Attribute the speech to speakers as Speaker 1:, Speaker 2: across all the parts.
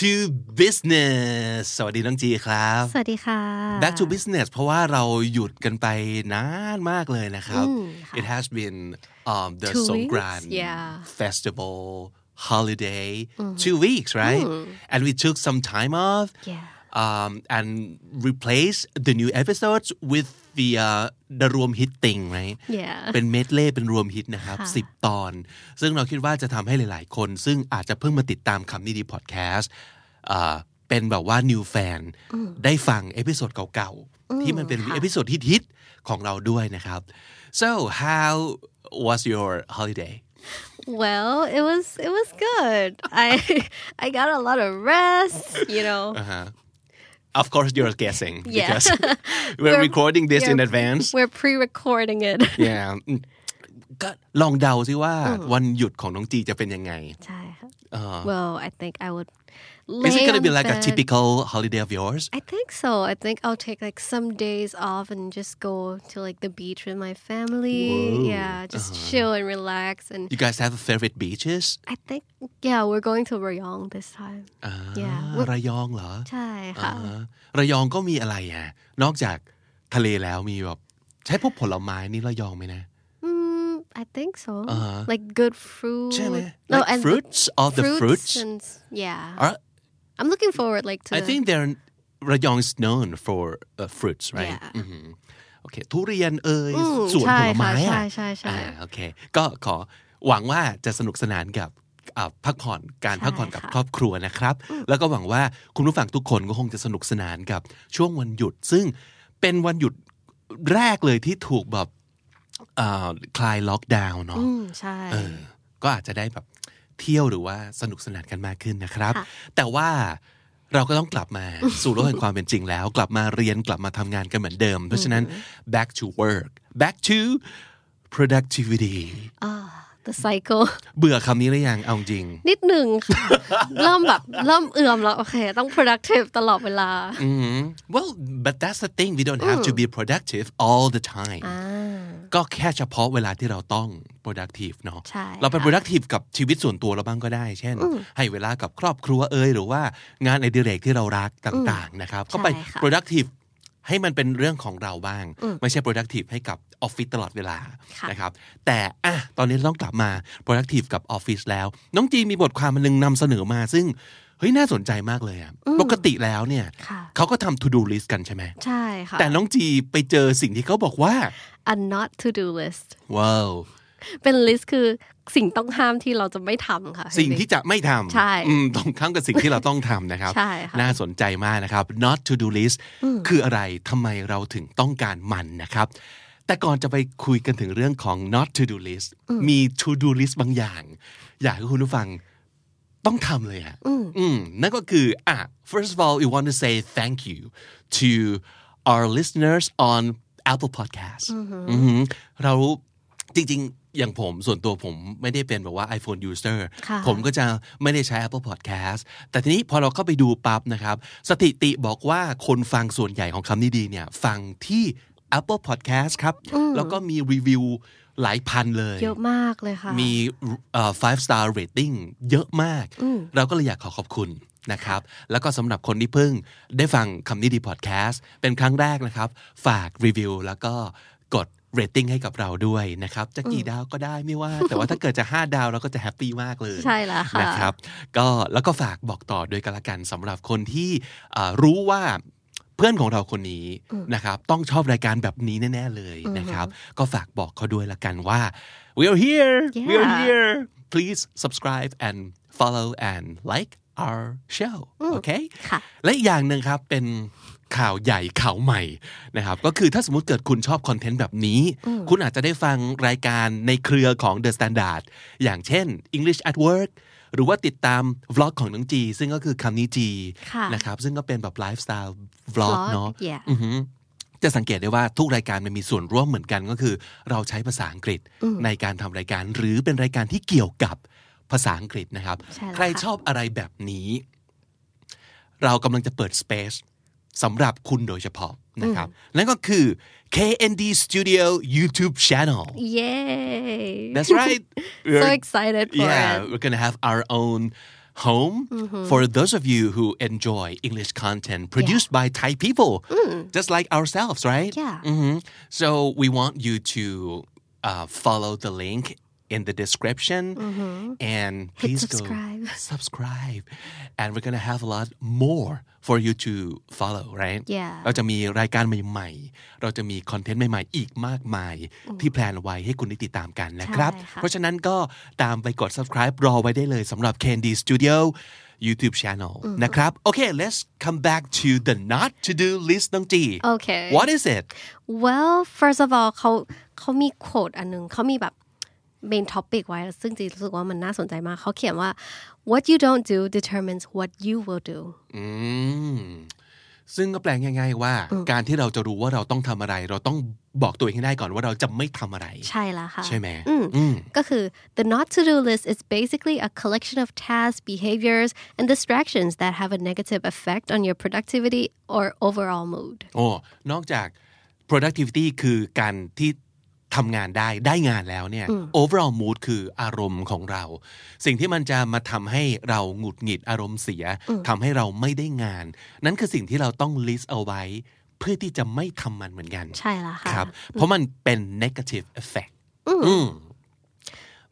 Speaker 1: to business สวัสดีน้องจีครับ
Speaker 2: สวัสดีค่ะ
Speaker 1: back to business เพราะว่าเราหยุดกันไปนานมากเลยนะครับ
Speaker 2: อืมค่ะ
Speaker 1: it has been um, the
Speaker 2: Two
Speaker 1: Songkran
Speaker 2: weeks, yeah.
Speaker 1: festival holiday two weeks right and we took some time off
Speaker 2: Yeah.
Speaker 1: um, and replace the new episodes with the uh, the รวมฮิต thing right
Speaker 2: Yeah.
Speaker 1: เป็นเมดเล่เป็นรวมฮิตนะครับ
Speaker 2: ค่ะ
Speaker 1: 10 ตอน ซึ่งเราคิดว่าจะทำให้หลาย ๆ คน ซึ่งอาจจะเพิ่งมาติดตามคำนี้ดีพอดแคสต์อ่าเป็นแบบว่า new fan ได้ฟังเอพิโซดเก่า ๆ ที่มันเป็น
Speaker 2: ค่ะ
Speaker 1: เอพิโซดฮิต ๆ ของเราด้วยนะครับ so how was your holiday
Speaker 2: Well, it was it was good. I I got a lot of rest. You know.
Speaker 1: Uh-huh. of course you're guessing
Speaker 2: Yeah.
Speaker 1: because we're recording this in
Speaker 2: we're-
Speaker 1: advance
Speaker 2: We're pre-recording it.
Speaker 1: yeah อืมก็ลองเดาสิว่าวันหยุดของน้องจีจะเป็นยังไง
Speaker 2: ใช่ค่ะ Well, I think I would.
Speaker 1: Uh-huh. Is it
Speaker 2: lay
Speaker 1: going to be
Speaker 2: on
Speaker 1: like a
Speaker 2: bed.
Speaker 1: typical holiday of yours?
Speaker 2: I think so. I think I'll take like some days off and just go to like the beach with my family. Yeah, just chill and relax. And
Speaker 1: Uh-huh. You guys have favorite beaches?
Speaker 2: I think yeah, we're going to Rayong this time. yeah.
Speaker 1: อ่า
Speaker 2: we're-
Speaker 1: ระยองเหรอ
Speaker 2: ใช่ค่ะ
Speaker 1: อ่าระยองก็มีอะไรอ่ะ นอกจากทะเลแล้วมีแบบใช้พวกผลไม้นี่ระยองไหมนะ
Speaker 2: Mm, I think so.
Speaker 1: Uh-huh.
Speaker 2: Like good fruit.
Speaker 1: ใช่ไหม
Speaker 2: No,
Speaker 1: like
Speaker 2: and
Speaker 1: fruits all the
Speaker 2: fruits
Speaker 1: fruits
Speaker 2: and s- yeah.
Speaker 1: are
Speaker 2: I'm looking forward like to
Speaker 1: I think they'reระยอง is known for uh, fruits right
Speaker 2: Yeah.
Speaker 1: อือหือโอเคทุเรียนเอ่ย
Speaker 2: อืม
Speaker 1: สวน
Speaker 2: ใช่
Speaker 1: ผลไม้
Speaker 2: ค่ะใช่
Speaker 1: อ่ะ
Speaker 2: ใช่ใช่
Speaker 1: อ่าโอเค ก็ขอหวังว่าจะสนุกสนานกับอ่าพักผ่อนการ
Speaker 2: ใช่
Speaker 1: พักผ่อนกับ
Speaker 2: ค่ะ
Speaker 1: ครอบครัวนะครับ แล้วก็หวังว่าคุณผู้ฟังทุกคนก็คงจะสนุกสนานกับช่วงวันหยุด ซึ่งเป็นวันหยุดแรกเลยที่ถูกแบบอ่าคลายล็อกดาวน์เนาะ
Speaker 2: อืมใช่
Speaker 1: เออก็อาจจะได้แบบเที่ยวหรือว่าสนุกสนานกันมากขึ้นนะครับ
Speaker 2: ค่ะ
Speaker 1: แต่ว่าเราก็ต้องกลับมาสู่โลกแห่งความเป็นจริงแล้ว กลับมาเรียนกลับมาทำงานกันเหมือนเดิม เพราะฉะนั้น back to work back to productivity
Speaker 2: The cycle
Speaker 1: เบื่อคำนี้หรือยังเอาจริง
Speaker 2: นิดหนึ่ง ค่ะ เริ่มแบบเริ่มเอื่อมแล้วโอเคต้อง productive ตลอดเวลา
Speaker 1: well but that's the thing we don't have to be productive all the time ก็แค่เฉพาะเวลาที่เราต้อง productive เนาะ
Speaker 2: ใช่
Speaker 1: เราเป็น
Speaker 2: ค่ะ
Speaker 1: productive กับชีวิตส่วนตัวเราบ้างก็ได้ เช่น ให้เวลากับครอบครัวเอ่ยหรือว่างานในดิเรกที่เรารักต่างๆนะครับ ก็ไป
Speaker 2: ใช่ค่ะ
Speaker 1: productive ให้มันเป็นเรื่องของเราบ้าง ไม่ใช่ productive ให้กับออฟฟิศตลอดเวลา
Speaker 2: ค่ะ
Speaker 1: นะครับ แต่อ่ะตอนนี้เราต้องกลับมา productive กับออฟฟิศแล้ว น้องจีมีบทความมันนึงนำเสนอมา ซึ่งเฮ้ยน่าสนใจมากเลยอะปกติแล้วเนี่ย
Speaker 2: ค่ะ
Speaker 1: เขาก็ทำ to do list กันใช่ไหม
Speaker 2: ใช่ค่ะ
Speaker 1: แต่น้องจีไปเจอสิ่งที่เขาบอกว่า
Speaker 2: a not to do list
Speaker 1: ว้าว
Speaker 2: เป็น list คือสิ่งต้องห้ามที่เราจะไม่ทำค่ะ
Speaker 1: สิ่งที่จะไม่ทำ
Speaker 2: ใช่
Speaker 1: อืมตรงข้ามกับสิ่งที่เราต้องทำนะครับ
Speaker 2: ใช่ค่ะ
Speaker 1: น่าสนใจมากนะครับ not to do list คืออะไรทำไมเราถึงต้องการมันนะครับ แต่ก่อนจะไปคุยกันถึงเรื่องของ not to do list มี to do list บางอย่าง อยากให้คุณผู้ฟังต้องทำเลยอะอืมนั่นก็คืออ่ะ first of all we want to say thank you to our listeners on Apple Podcast อือหือเราจริงๆ อย่างผมส่วนตัวผมไม่ได้เป็นแบบว่า iPhone user
Speaker 2: ค่ะ
Speaker 1: ผมก็จะไม่ได้ใช้ Apple Podcast แต่ทีนี้พอเราเข้าไปดูปั๊บนะครับ สถิติบอกว่าคนฟังส่วนใหญ่ของคำนี้ดีเนี่ย ฟังที่ Apple Podcast ครับ แล้วก็มีรีวิวหลายพันเลย
Speaker 2: เยอะมากเลยค่ะ
Speaker 1: มีเอ่อ five star rating เยอะมาก เราก็เลยอยากขอขอบคุณนะครับ แล้วก็สำหรับคนที่เพิ่งได้ฟังคำนี้ดีพอดแคสต์เป็นครั้งแรกนะครับ ฝากรีวิวแล้วก็กด rating ให้กับเราด้วยนะครับ จะกี่ดาวก็ได้ไม่ว่า แต่ว่าถ้าเกิดจะ 5 ดาวเราก็จะแฮปปี้มากเลย
Speaker 2: ใช่แล้วค่ะ
Speaker 1: นะครับก็แล้วก็ฝากบอกต่อโดวยกันละกันสำหรับคนที่อ่ารู้ว่าเพื่อนของเราคนนี้นะครับต้องชอบรายการแบบนี้แน่ ๆ เลยนะครับ ก็ฝากบอกเขาด้วยละกันว่า we're here we're
Speaker 2: Yeah.
Speaker 1: here please subscribe and follow and like our show โอเค
Speaker 2: ค่ะ
Speaker 1: และอีกอย่างหนึ่งครับเป็นข่าวใหญ่ข่าวใหม่นะครับ ก็คือถ้าสมมติเกิดคุณชอบคอนเทนต์แบบนี้ คุณอาจจะได้ฟังรายการในเครือของ The Standard อย่างเช่น English at Work หรือว่าติดตามวล็อกของน้องจี ซึ่งก็คือคำนี้จี
Speaker 2: ค่ะ
Speaker 1: นะครับซึ่งก็เป็นแบบไลฟ์สไตล์วล็อกเนาะ
Speaker 2: yeah
Speaker 1: อือหือจ จะสังเกตได้ว่าทุกรายการมันมีส่วนร่วมเหมือนกันก็คือ เราใช้ภาษาอังกฤษในการทำรายการหรือเป็นรายการที่เกี่ยวกับภาษาอังกฤษนะครับ
Speaker 2: ใช่แล้ว
Speaker 1: ใคร
Speaker 2: ค่ะ
Speaker 1: ชอบอะไรแบบนี้ เรากำลังจะเปิด Space สำหรับคุณโดยเฉพาะนะครับ นั่นก็คือ KND Studio YouTube Channel
Speaker 2: Yay!
Speaker 1: That's right. We're-
Speaker 2: so excited for
Speaker 1: yeah,
Speaker 2: it.
Speaker 1: we're gonna have our own home for those of you who enjoy English content produced by Thai people, just like ourselves, right?
Speaker 2: Yeah.
Speaker 1: hmm So we want you to uh, follow the link in the description and please
Speaker 2: subscribe.
Speaker 1: go subscribe, and we're gonna have a lot more for you to follow, right?
Speaker 2: Yeah.
Speaker 1: เราจะมีรายการใหม่ๆ เราจะมีคอนเทนต์ใหม่ๆ อีกมากมาย ที่แพลนไว้ให้คุณได้ติดตามกันนะครับ
Speaker 2: ใช่ค่ะ
Speaker 1: เพราะฉะนั้นก็ตามไปกด subscribe รอไว้ได้เลยสำหรับ Candy Studio YouTube channel นะครับ โอเค let's come back to the not to do list น้องจี
Speaker 2: Okay.
Speaker 1: what is it
Speaker 2: Well, first of all เขาเขามี quote อันหนึงเขามีแบบ main topic ไว้ ซึ่งจีรู้สึกว่ามันน่าสนใจมากเขาเขียนว่า what you don't do determines what you will do
Speaker 1: อืมซึ่งก็แปลง่ายๆว่า การที่เราจะรู้ว่าเราต้องทำอะไร เราต้องบอกตัวเองให้ได้ก่อนว่าเราจะไม่ทำอะไร
Speaker 2: ใช่แล้วค่ะ
Speaker 1: ใช่ไหม
Speaker 2: ก็คือ the not to do list is basically a collection of tasks, behaviors, and distractions that have a negative effect on your productivity or overall mood.
Speaker 1: โอ้ นอกจาก productivity คือการที่ทำงานได้ได้งานแล้วเนี่ย overall mood คืออารมณ์ของเรา สิ่งที่มันจะมาทำให้เราหงุดหงิดอารมณ์เสียทำให้เราไม่ได้งาน นั่นคือสิ่งที่เราต้อง list เอาไว้ เพื่อที่จะไม่ทำมันเหมือนกัน
Speaker 2: ใช่แล้วค่ะ
Speaker 1: ครับเพราะมันเป็น negative effect อืม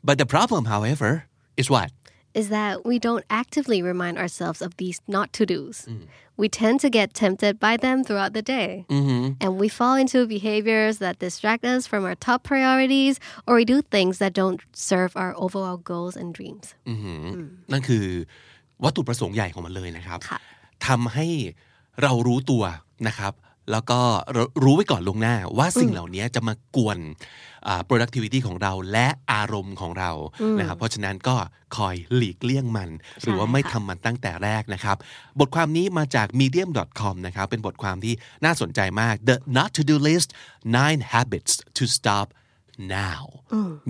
Speaker 1: but the problem however is what
Speaker 2: is that we don't actively remind ourselves of these not to dos. We tend to get tempted by them throughout the day. And we fall into behaviors that distract us from our top priorities, or we do things that don't serve our overall goals and dreams.
Speaker 1: นั่นคือวัตถุประสงค์ใหญ่ของมันเลยนะครับ
Speaker 2: ค่ะ
Speaker 1: ทำให้เรารู้ตัวนะครับ แล้วก็รู้ไว้ก่อนลวงหน้า ว่าสิ่งเหล่านี้จะมากวนอ่า productivity ของเราและอารมณ์ของเรานะครับเพราะฉะนั้นก็คอยหลีกเลี่ยงมัน หรือว่าไม่ทำมันตั้งแต่แรกนะครับ บทความนี้มาจาก medium.com นะครับ เป็นบทความที่น่าสนใจมาก The Not To Do List Nine Habits to Stop Now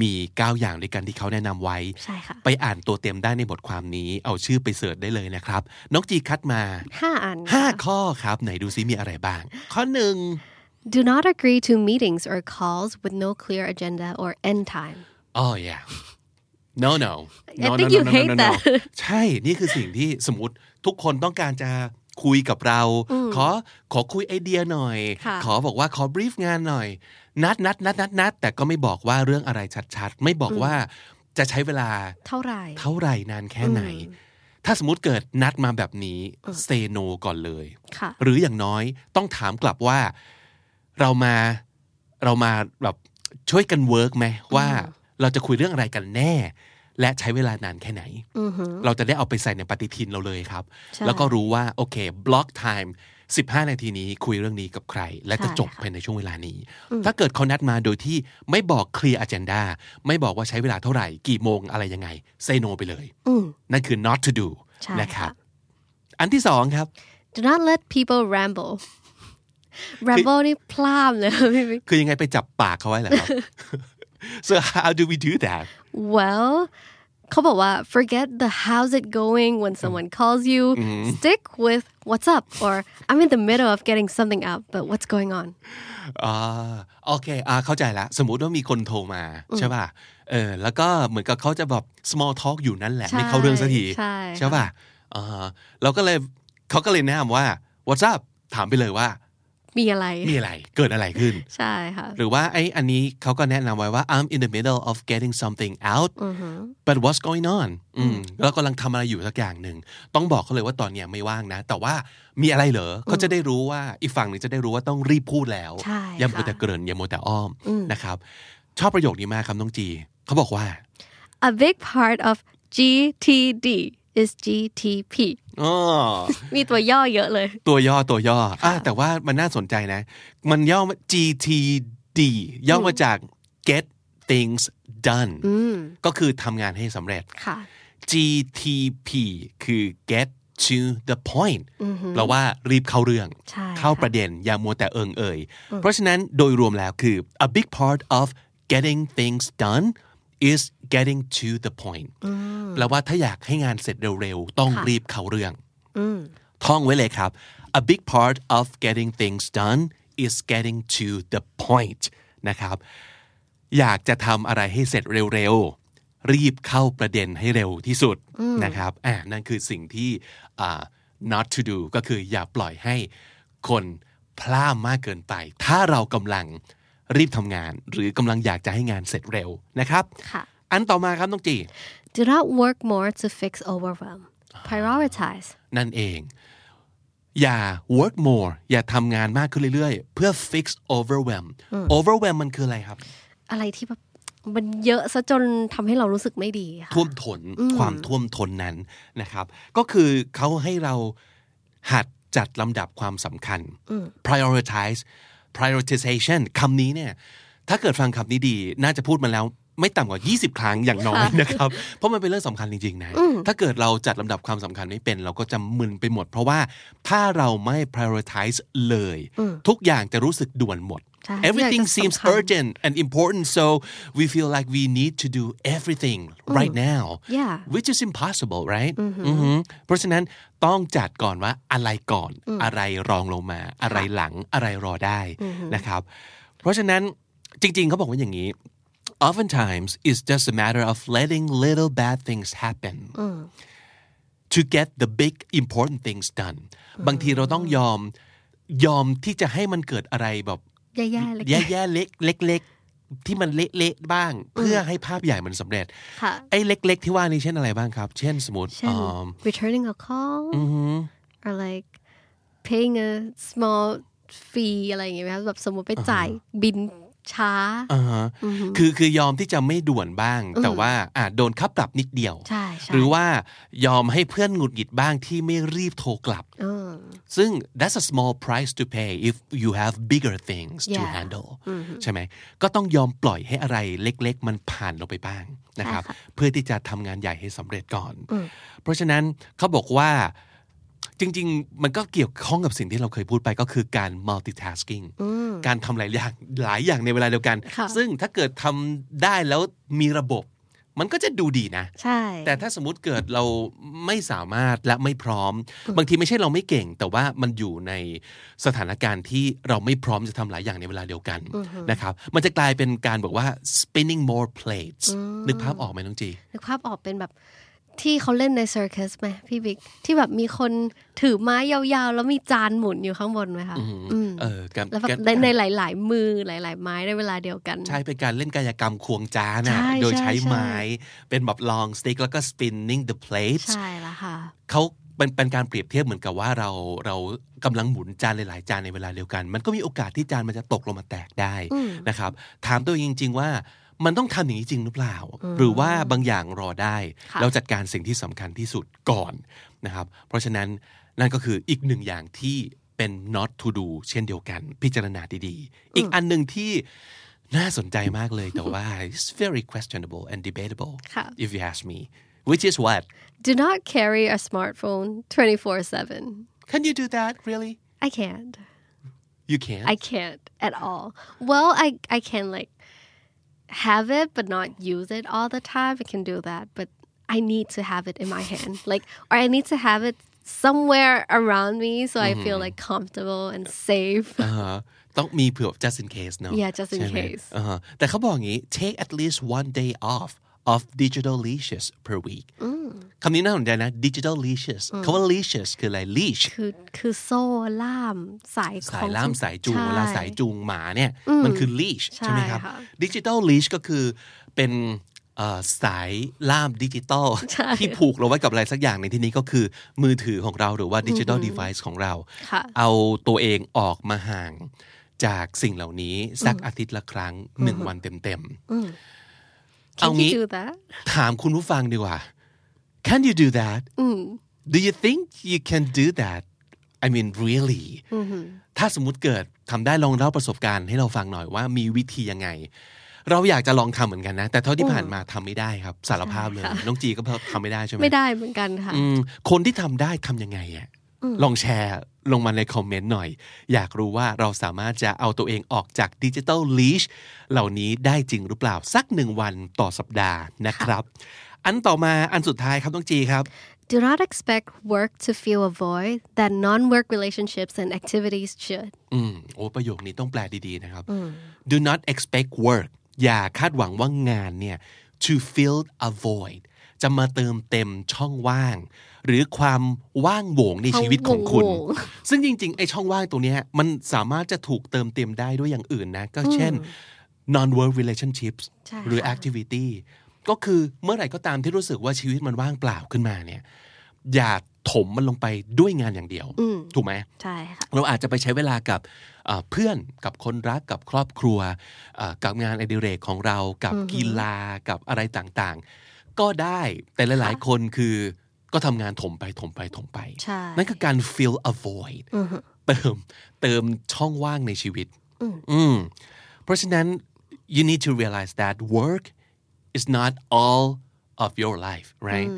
Speaker 1: มี 9 อย่างด้วยกันที่เขาแนะนำไว้
Speaker 2: ใช่ค่ะ
Speaker 1: ไปอ่านตัวเต็มได้ในบทความนี้ เอาชื่อไปเสิร์ชได้เลยนะครับ น้องจีคัดมา
Speaker 2: ห้าอัน
Speaker 1: 5 ข้อครับ ไหนดูซิมีอะไรบ้าง ข้อหนึ่ง
Speaker 2: Do not agree to meetings or calls with no clear agenda or end time.
Speaker 1: อ๋อ yeah no no no
Speaker 2: I
Speaker 1: no
Speaker 2: think
Speaker 1: no
Speaker 2: you
Speaker 1: no no
Speaker 2: hate
Speaker 1: no, no
Speaker 2: that.
Speaker 1: ใช่ นี่คือสิ่งที่สมมติทุกคนต้องการจะคุยกับเรา ขอขอคุยไอเดียหน่อย
Speaker 2: ค่ะ
Speaker 1: ขอบอกว่าขอบรีฟงานหน่อย นัดนัดนัดนัดนัดแต่ก็ไม่บอกว่าเรื่องอะไรชัดๆ ไม่บอกว่าจะใช้เวลา
Speaker 2: เท่าไหร่
Speaker 1: เท่าไหร่นานแค่ไหน ถ้าสมมติเกิดนัดมาแบบนี้เซโนก่อนเลย
Speaker 2: ค่ะ
Speaker 1: หรืออย่างน้อยต้องถามกลับว่าเรามาเรามาแบบช่วยกันเวิร์กไหมว่าเราจะคุยเรื่องอะไรกันแน่ และใช้เวลานานแค่ไหน เราจะได้เอาไปใส่ในปฏิทินเราเลยครับ
Speaker 2: ใช่
Speaker 1: แล้วก็รู้ว่าโอเคบล็อกไทม์15 นาทีนี้คุยเรื่องนี้กับใคร และจะจบ
Speaker 2: ใช่ค่ะ
Speaker 1: ภายในช่วงเวลานี้ ถ้าเกิดเขานัดมาโดยที่ไม่บอกเคลียร์อ g e n d a ไม่บอกว่าใช้เวลาเท่าไหร่ กี่โมงอะไรยังไงเซโนไปเลย นั่นคือ not to do
Speaker 2: ใช่
Speaker 1: นะครับ
Speaker 2: ค่ะ
Speaker 1: อันที่สองครับ
Speaker 2: Do not let people ramble. Ramble นี่พลามเลย
Speaker 1: คือยังไงไปจับปากเขาไว้เหรอ ครับ so how do we do that
Speaker 2: Well, เขาบอกว่า forget the how's it going when someone calls you. Stick with what's up or I'm in the middle of getting something up, but what's going on?
Speaker 1: อ่าโอเคอ่าเข้าใจละสมมุติว่ามีคนโทรมาใช่ป่ะเออแล้วก็เหมือนกับเขาจะแบบ small talk อยู่นั่นแหละ
Speaker 2: ใช่
Speaker 1: ไม่เข้าเรื่องสักที
Speaker 2: ใช่
Speaker 1: ป่ะอ่าเราก็เลยเขาก็เลยแนะนำว่า what's up ถามไปเลยว่า มี
Speaker 2: มีอะไร?
Speaker 1: อะไรเกิดอะไรขึ้น
Speaker 2: ใช่ค่ะ
Speaker 1: หรือว่าไอ้อันนี้เขาก็แนะนำไว้ว่า I'm in the middle of getting something out but what's going on อืมแล้วกำลังทำอะไรอยู่สักอย่างหนึ่ง ต้องบอกเขาเลยว่าตอนเนี้ยไม่ว่างนะ แต่ว่ามีอะไรเหรอเขาจะได้รู้ว่าอีกฝั่งหนึ่งจะได้รู้ว่าต้องรีบพูดแล้ว
Speaker 2: ใช่
Speaker 1: อย่ามัว
Speaker 2: ค่ะ
Speaker 1: แต่เกริ่นอย่ามัวแต่อ้อมนะครับ ชอบประโยคนี้มากครับน้องจีเขาบอกว่า
Speaker 2: A big part of GTD is GTP.
Speaker 1: อ๋อ
Speaker 2: มีตัวย่อเยอะเลย
Speaker 1: ตัวย่อตัวย่ออ่ะแต่ว่ามันน่าสนใจนะ มันย่อมา GTD ย่อมาจาก get things done Mm. ก็คือทำงานให้สำเร็จ
Speaker 2: ค่ะ
Speaker 1: GTP คือ get to the point แปลว่ารีบเข้าเรื่อง
Speaker 2: Mm-hmm. ใช่
Speaker 1: เข้า
Speaker 2: ค่ะ
Speaker 1: ประเด็นอย่ามัวแต่เอิงเอ่ย เพราะฉะนั้นโดยรวมแล้วคือ a big part of getting things done is getting to the point แปลว่าถ้าอยากให้งานเสร็จเร็วๆ ต้องรีบเข้าเรื่อง ท่องไว้เลยครับ a big part of getting things done is getting to the point นะครับ อยากจะทำอะไรให้เสร็จเร็วๆ รีบเข้าประเด็นให้เร็วที่สุดนะครับอ่านั่นคือสิ่งที่อ่า not to do ก็คืออย่าปล่อยให้คนพลาดมากเกินไป ถ้าเรากำลังรีบทำงาน หรือกำลังอยากจะให้งานเสร็จเร็วนะครับ
Speaker 2: ค่ะ
Speaker 1: อันต่อมาครับน้องจี
Speaker 2: Do not work more to fix overwhelm. Prioritize.
Speaker 1: นั่นเอง อย่า work more อย่าทำงานมากขึ้นเรื่อยๆ เพื่อ fix overwhelm overwhelm มันคืออะไรครับ
Speaker 2: อะไรที่แบบมันเยอะซะจนทำให้เรารู้สึกไม่ดีค่ะ
Speaker 1: ท่วมทนความท่วมทนนั้นนะครับ ก็คือเขาให้เราหัดจัดลำดับความสำคัญ prioritize prioritization คำนี้เนี่ย ถ้าเกิดฟังคำนี้ดี น่าจะพูดมาแล้วไม่ต่ำกว่า 20 ครั้งอย่างน้อยนะครับ เพราะมันเป็นเรื่องสำคัญจริงๆนะ ถ้าเกิดเราจัดลำดับความสำคัญไม่เป็น เราก็จะมึนไปหมด เพราะว่าถ้าเราไม่ prioritize เลย ทุกอย่างจะรู้สึกด่วนหมด
Speaker 2: ใช่
Speaker 1: everything
Speaker 2: ทุกอย่างจะ
Speaker 1: seems
Speaker 2: สำคัญ
Speaker 1: urgent urgent and important so we feel like we need to do everything right now
Speaker 2: Yeah.
Speaker 1: which is impossible right อือหือเพราะฉะนั้นต้องจัดก่อนว่าอะไรก่อน อะไรรองลงมา อะไรหลังอะไรรอได้นะครับ เพราะฉะนั้นจริงๆเขาบอกว่าอย่างนี้ oftentimes it's just a matter of letting little bad things happen to get the big important things done บางทีเราต้องยอมยอมที่จะให้มันเกิดอะไรแบบ
Speaker 2: แย่ๆเลย
Speaker 1: แย่ๆเล็กเล็กๆ ที่มันเละๆบ้าง เพื่อให้ภาพใหญ่มันสำเร็จ
Speaker 2: ค่ะ
Speaker 1: ไอ้เล็กๆ ที่ว่านี้เช่นอะไรบ้างครับ เช่นสมมติ
Speaker 2: เช่น
Speaker 1: อ่า
Speaker 2: returning a call or like paying a small fee อะไรอย่างเงี้ยไหมคะแบบสมมติไปจ่ายบินช้า
Speaker 1: อ่าฮะคือคือยอมที่จะไม่ด่วนบ้าง แต่ว่าอาจโดนค่าปรับนิดเดียว
Speaker 2: ใช่ใช่
Speaker 1: หรือว่ายอมให้เพื่อนหงุดหงิดบ้างที่ไม่รีบโทรกลับ
Speaker 2: เออ
Speaker 1: ซึ่ง that's a small price to pay if you have bigger things to
Speaker 2: Yeah.
Speaker 1: handle ใช่ไหม ก็ต้องยอมปล่อยให้อะไรเล็กๆ มันผ่านเราไปบ้างนะครับ เพื่อที่จะทำงานใหญ่ให้สำเร็จก่อน เพราะฉะนั้นเขาบอกว่าจริงๆ มันก็เกี่ยวข้องกับสิ่งที่เราเคยพูดไปก็คือการ multitasking การทำหลายอย่างหลายอย่างในเวลาเดียวกัน
Speaker 2: ค่ะ
Speaker 1: ซึ่งถ้าเกิดทำได้แล้วมีระบบ มันก็จะดูดีนะ
Speaker 2: ใช่
Speaker 1: แต่ถ้าสมมติเกิดเราไม่สามารถและไม่พร้อม บางทีไม่ใช่เราไม่เก่ง แต่ว่ามันอยู่ในสถานการณ์ที่เราไม่พร้อมจะทำหลายอย่างในเวลาเดียวกันนะครับมันจะกลายเป็นการบอกว่า spinning more plates นึกภาพออกไหมน้องจี
Speaker 2: นึกภาพออกเป็นแบบที่เขาเล่นในเซอร์คัสไหมพี่บิ๊กที่แบบมีคนถือไม้ยาวๆ แล้วมีจานหมุนอยู่ข้างบนไหมคะอืม
Speaker 1: เออการ
Speaker 2: แล้วแบบ
Speaker 1: การ
Speaker 2: ในในหลาย ๆ มือหลาย ๆ ไม้ในเวลาเดียวกัน
Speaker 1: ใช่เป็นการเล่นกายกรรมควงจ้านะ
Speaker 2: ใช่
Speaker 1: โดย
Speaker 2: ใช่
Speaker 1: ใช้
Speaker 2: ใช่
Speaker 1: ไม้เป็นแบบ long stick แล้วก็ spinning the plates
Speaker 2: ใช่ละค่ะ
Speaker 1: เขาเป็นเป็นการเปรียบเทียบเหมือนกับว่าเราเรากำลังหมุนจานหลายๆจานในเวลาเดียวกัน มันก็มีโอกาสที่จานมันจะตกลงมาแตกได้นะครับ ถามตัวเองจริง ๆ ว่ามันต้องทำอย่างนี้จริงหรือเปล่า หรือว่าบางอย่างรอได้
Speaker 2: ค่ะ
Speaker 1: เราจัดการสิ่งที่สำคัญที่สุดก่อนนะครับ เพราะฉะนั้นนั่นก็คืออีกหนึ่งอย่างที่เป็น not to do เช่นเดียวกัน พิจารณาดีๆ อีกอันหนึ่งที่น่าสนใจมากเลยแต่ว่า it's very questionable and debatable
Speaker 2: ค่ะ
Speaker 1: if you ask me which is what
Speaker 2: Do not carry a smartphone 24/7
Speaker 1: Can you do that really?
Speaker 2: I can't
Speaker 1: You can.
Speaker 2: I can't at all. Well, I I can like have it but not use it all the time. I can do that, but I need to have it in my hand. Like or I need to have it somewhere around me so I feel like comfortable and safe.
Speaker 1: อ่าฮะ Uh-huh. ต้องมีเผื่อ just in case เนอะ
Speaker 2: Yeah, just in
Speaker 1: ใช่ไหม
Speaker 2: case
Speaker 1: อ่าฮะแต่เขาบอกอย่างงี้ take at least one day off of digital leashes per week
Speaker 2: Mm.
Speaker 1: คำนี้น่าสนใจนะ digital leashes คำว่า leashes คืออะไร leash
Speaker 2: คือคือโซ่ล่ามสายของ
Speaker 1: สายล่ามสายจูง
Speaker 2: ใช่
Speaker 1: เวลาสายจูงหมาเนี่ย มันคือ leash
Speaker 2: ใช่
Speaker 1: ใช่ไหมครับ
Speaker 2: ค่ะ
Speaker 1: digital leash ก็คือเป็นเอ่อสายล่ามดิจิตอล
Speaker 2: ใช่
Speaker 1: ที่ผูกเราไว้กับอะไรสักอย่างในที่นี้ก็คือมือถือของเราหรือว่าดิจิ t a ล d e v i c e ของเรา
Speaker 2: ค่ะ
Speaker 1: เอาตัวเองออกมาห่างจากสิ่งเหล่านี้สักอาทิตย์ละครั้งหนึ่งวันเต็มๆ เอา
Speaker 2: Can
Speaker 1: งี้
Speaker 2: you do that?
Speaker 1: ถามคุณผู้ฟังดีกว่า Can you do that Do you think you can do that I mean really ถ้าสมมุติเกิดทำได้ลองเล่าประสบการณ์ให้เราฟังหน่อยว่ามีวิธียังไง เราอยากจะลองทำเหมือนกันนะ แต่เท่าที่ผ่านมาทำไม่ได้ครับ สารภาพเลย น้องจีก็ทำไม่ได้ใช่ไหม
Speaker 2: ไม่ได้เหมือนกันค่ะ
Speaker 1: อืมคนที่ทำได้ทำยังไงอะลองแชร์ลงมาในคอมเมนต์หน่อย อยากรู้ว่าเราสามารถจะเอาตัวเองออกจากดิจิตอลลีชเหล่านี้ได้จริงหรือเปล่า สักหนึ่งวันต่อสัปดาห์นะครับ อันต่อมาอันสุดท้ายครับต้องจีครับ
Speaker 2: Do not expect work to fill a void that non work relationships and activities should.
Speaker 1: อืมโอ้ประโยคนี้ต้องแปลดีๆนะครับ do not expect work อย่าคาดหวังว่างานเนี่ย to fill a void จะมาเติมเต็มช่องว่าง หรือความว่างโหวงในชีวิตของคุณ
Speaker 2: ว่างโหว่ง
Speaker 1: ซึ่งจริงๆ ไอ้ช่องว่างตรงเนี้ยมันสามารถจะถูกเติมเต็มได้ด้วยอย่างอื่นนะ ก็เช่น non work relationships
Speaker 2: ใช่ค่ะ
Speaker 1: หรือ activity ก็คือเมื่อไหร่ก็ตามที่รู้สึกว่าชีวิตมันว่างเปล่าขึ้นมาเนี่ยอย่าถมมันลงไปด้วยงานอย่างเดียว ถูกไหม
Speaker 2: ใช่ค่ะ
Speaker 1: เราอาจจะไปใช้เวลากับเอ่อเพื่อนกับคนรักกับครอบครัวเอ่อกับงานอดิเรกของเรากับกีฬากับอะไรต่างๆ ก็ได้แต่หลายๆคนคือก็ทำงานถมไปถมไปถมไป
Speaker 2: ใช่
Speaker 1: นั่นคือการ fill a void เติมเติมช่องว่างในชีวิตอืมเพราะฉะนั้น you need to realize that work is not all of your life right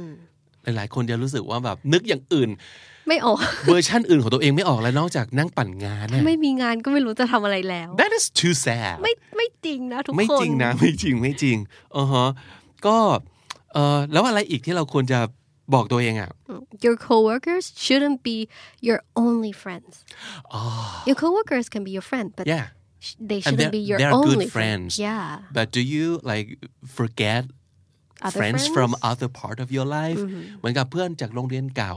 Speaker 1: หลายๆคนจะรู้สึกว่าแบบนึกอย่างอื่น
Speaker 2: ไม่ออก
Speaker 1: เวอร์ชั่นอื่นของตัวเองไม่ออกแล้วนอกจากนั่งปั่นงานน่ะ
Speaker 2: ไม่มีงานก็ไม่รู้จะทำอะไรแล้ว
Speaker 1: That is too sad
Speaker 2: ไม่ไม่จริงนะทุกคน
Speaker 1: ไม่จริงนะ ไม่จริงไม่จริงอ๋อฮะก็เออแล้วอะไรอีกที่เราควรจะบอกตัวเองอ่ะ
Speaker 2: Your coworkers shouldn't be your only friends. Your coworkers can be your friend, but
Speaker 1: Ah. yeah
Speaker 2: sh- they
Speaker 1: and
Speaker 2: shouldn't
Speaker 1: they're,
Speaker 2: be your
Speaker 1: they're
Speaker 2: only
Speaker 1: good
Speaker 2: friend.
Speaker 1: friends
Speaker 2: Yeah.
Speaker 1: but do you like forget
Speaker 2: Other
Speaker 1: friends
Speaker 2: friends?
Speaker 1: from other part of your life เหมือนกับเพื่อนจากโรงเรียนเก่า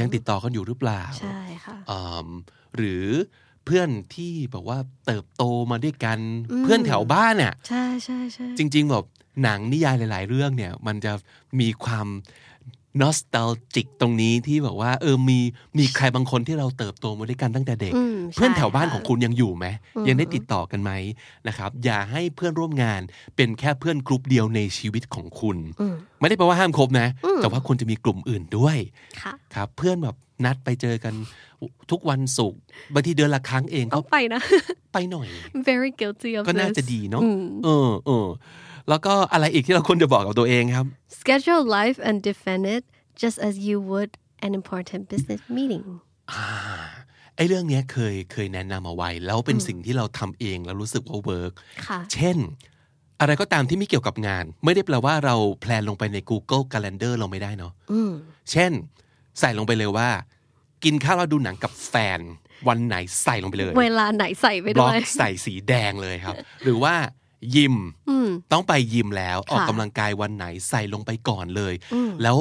Speaker 1: ยังติดต่อกันอยู่หรือเปล่า
Speaker 2: ใช่ค่ะ
Speaker 1: อืมหรือเพื่อนที่แบบว่าเติบโตมาด้วยกันเพื่อนแถวบ้านอ่ะ
Speaker 2: ใช่ใช่ใช่
Speaker 1: จริงๆแบบหนังนิยายหลาย ๆ เรื่องเนี่ยมันจะมีความนอสต a ลจิกตรงนี้ที่แบบว่าเออมีมีใครบางคนที่เราเติบโตมาด้วยกันตั้งแต่เด็ก
Speaker 2: อืมใช่
Speaker 1: เพื่อนแถวบ้าน
Speaker 2: ค่ะ
Speaker 1: ของคุณยังอยู่ไหมยังได้ติดต่อกันไหมนะครับอย่าให้เพื่อนร่วมงานเป็นแค่เพื่อนกลุ่มเดียวในชีวิตของคุณ ไม่ได้แปลว่าห้ามคบนะ แต่ว่าคุณจะมีกลุ่มอื่นด้วย
Speaker 2: ค่ะ
Speaker 1: ครับเพื่อนแบบนัดไปเจอกันทุกวันศุกร์บางทีเดือนละครั้งเองก็
Speaker 2: ต้องไปนะ
Speaker 1: ไปหน่อย
Speaker 2: I'm Oh, ah. very guilty of
Speaker 1: ก็น่า
Speaker 2: this.
Speaker 1: จะดีเนาะเออเออแล้วก็อะไรอีกที่เราควรจะบอกกับตัวเองครับ
Speaker 2: Schedule life and defend it just as you would an important business meeting.
Speaker 1: ไอ้เรื่องเนี้ยเคยเคยแนะนำเอาไว้ แล้วเป็นสิ่งที่เราทำเองแล้วรู้สึกว่าเวิร์ก
Speaker 2: ค่ะ
Speaker 1: เช่น อะไรก็ตามที่ไม่เกี่ยวกับงาน ไม่ได้แปลว่าเราแพลนลงไปใน Google Calendar เราไม่ได้เนาะเช่น ใส่ลงไปเลยว่า กินข้าวแล้วดูหนังกับแฟน วันไหนใส่ลงไปเลย
Speaker 2: เวลาไหนใส่ไป
Speaker 1: บล็
Speaker 2: ด้
Speaker 1: อ
Speaker 2: ว
Speaker 1: ก
Speaker 2: ย
Speaker 1: ใส่สีแดงเลยครับ หรือว่ายิมต้องไปยิมแล้วออกกำลังกายวันไหนใส่ลงไปก่อนเลย แล้ว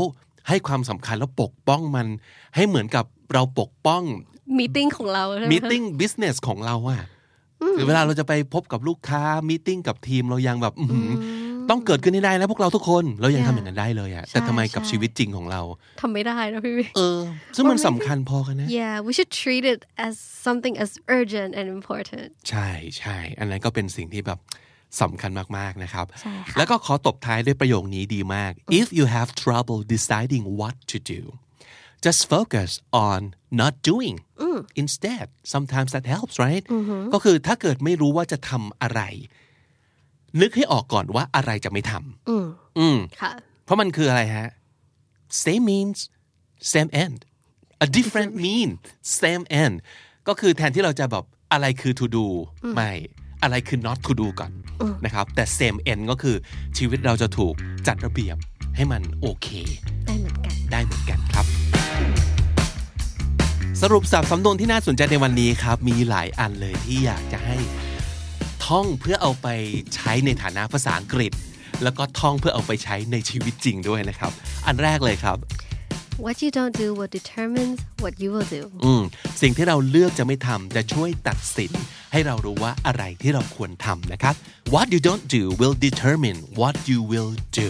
Speaker 1: ให้ความสำคัญแล้วปกป้องมัน ให้เหมือนกับเราปกป้อง
Speaker 2: meeting ของเรา ใช่ไหม
Speaker 1: มี
Speaker 2: คะ
Speaker 1: ติ้งบิสเนสของเราอะคือเวลาเราจะไปพบกับลูกค้ามีติ้งกับทีมเรายังแบบอื้อหือต้องเกิดขึ้นให้ได้นะพวกเราทุกคนเรายังทำอย่างนั้นได้เลยอะแต่ทำไมกับ
Speaker 2: ใช่
Speaker 1: ชีวิตจริงของเรา
Speaker 2: ทำไม่ได้นะพี่วิ
Speaker 1: เออ ซึ่งมันสำคัญพอกันนะ
Speaker 2: Yeah we should treat it as something as urgent and important
Speaker 1: ใช่ใช่อันนั้นก็เป็นสิ่งที่แบบสำคัญมากๆนะครับ
Speaker 2: ใช่ค่ะ
Speaker 1: แล้วก็ขอตบท้ายด้วยประโยคนี้ดีมาก if you have trouble deciding what to do just focus on not doing instead sometimes that helps right ก็คือถ้าเกิดไม่รู้ว่าจะทำอะไร นึกให้ออกก่อนว่าอะไรจะไม่ทำอืม
Speaker 2: ค่ะ
Speaker 1: เพราะมันคืออะไรฮะ same means same end a different mean same end ก็คือแทนที่เราจะแบบอะไรคือ to do ไม่ อะไรคือ not to do ก่อนนะครับ แต่ same end ก็คือชีวิตเราจะถูกจัดระเบียบให้มันโอเค
Speaker 2: ได้เหมือนกัน
Speaker 1: ได้เหมือนกันครับ สรุปสับสำนวนที่น่าสนใจในวันนี้ครับ มีหลายอันเลยที่อยากจะให้ท่องเพื่อเอาไปใช้ในฐานะภาษาอังกฤษ แล้วก็ท่องเพื่อเอาไปใช้ในชีวิตจริงด้วยนะครับ อันแรกเลยครับ
Speaker 2: What you don't do will determine what you will do
Speaker 1: อืมสิ่งที่เราเลือกจะไม่ทำจะช่วยตัดสิน ให้เรารู้ว่าอะไรที่เราควรทำนะครับ What you don't do will determine what you will do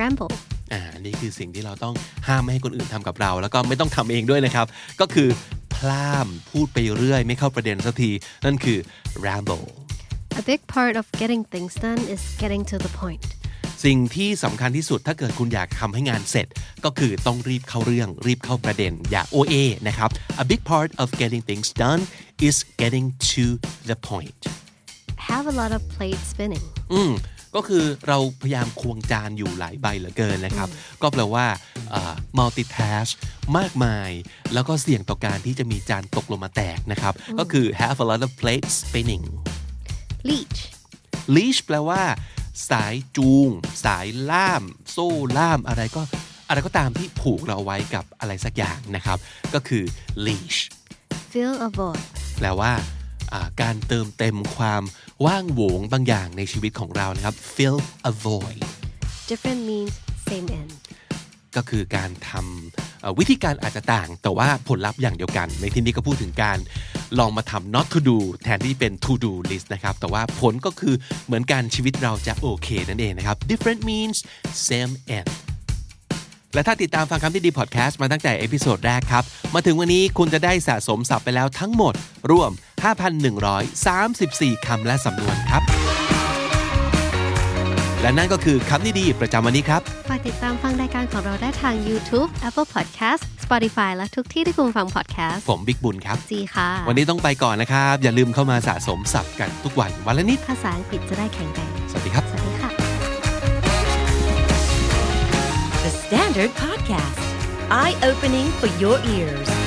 Speaker 2: ramble
Speaker 1: อ่านี่คือสิ่งที่เราต้องห้ามไม่ให้คนอื่นทำกับเรา แล้วก็ไม่ต้องทำเองด้วยนะครับ ก็คือพล่ามพูดไปเรื่อย ไม่เข้าประเด็นสักที นั่นคือ ramble
Speaker 2: a big part of getting things done is getting to the point
Speaker 1: สิ่งที่สำคัญที่สุดถ้าเกิดคุณอยากทำให้งานเสร็จ ก็คือต้องรีบเข้าเรื่อง รีบเข้าประเด็น อย่าโอเอนะครับ a big part of getting things done is getting to the point
Speaker 2: have have a lot of plate spinning.
Speaker 1: อืมก็คือเราพยายามควงจานอยู่หลายใบเหลือเกินนะครับ ก็แปลว่าเอ่อ multitask มากมาย แล้วก็เสี่ยงต่อการที่จะมีจานตกลงมาแตกนะครับ ก็คือ have a lot of plates spinning
Speaker 2: Leech.
Speaker 1: leash แปลว่า สายจูง สายล่าม โซ่ล่ามอะไรก็ อะไรก็ตามที่ผูกเราไว้กับอะไรสักอย่างนะครับ ก็คือ leash
Speaker 2: Fill a void.
Speaker 1: แปลว่าอ่าการเติมเต็มความว่างโหวงบางอย่างในชีวิตของเรานะครับ fill a void
Speaker 2: Different means same end.
Speaker 1: ก็คือการทำเอ่อวิธีการอาจจะต่าง แต่ว่าผลลัพธ์อย่างเดียวกัน ในที่นี้ก็พูดถึงการลองมาทำ not to do แทนที่เป็น to do list นะครับ แต่ว่าผลก็คือเหมือนกันชีวิตเราจะโอเคนั่นเองนะครับ different means same end และถ้าติดตามฟังคำที่ดีพอดแคสต์มาตั้งแต่เอพิโซดแรกครับ มาถึงวันนี้คุณจะได้สะสมศัพท์ไปแล้วทั้งหมด รวม 5,134 คำและสำนวนครับ และนั่นก็คือคำนี้ดีประจำวันนี้ครับ
Speaker 2: ฝากติดตามฟังรายการของเราได้ทาง YouTube, Apple Podcast, Spotify และทุกที่ที่คุณฟัง podcast
Speaker 1: ผมบิ๊กบุญครับ
Speaker 2: จีค่ะ
Speaker 1: วันนี้ต้องไปก่อนนะครับ อย่าลืมเข้ามาสะสมศัพท์กันทุกวันวันละนิด
Speaker 2: ภาษาอังกฤษจะได้แข็งแรง
Speaker 1: สวัสดีครับ
Speaker 2: สวัสดีค่ะ
Speaker 3: The Standard Podcast, eye opening for your ears.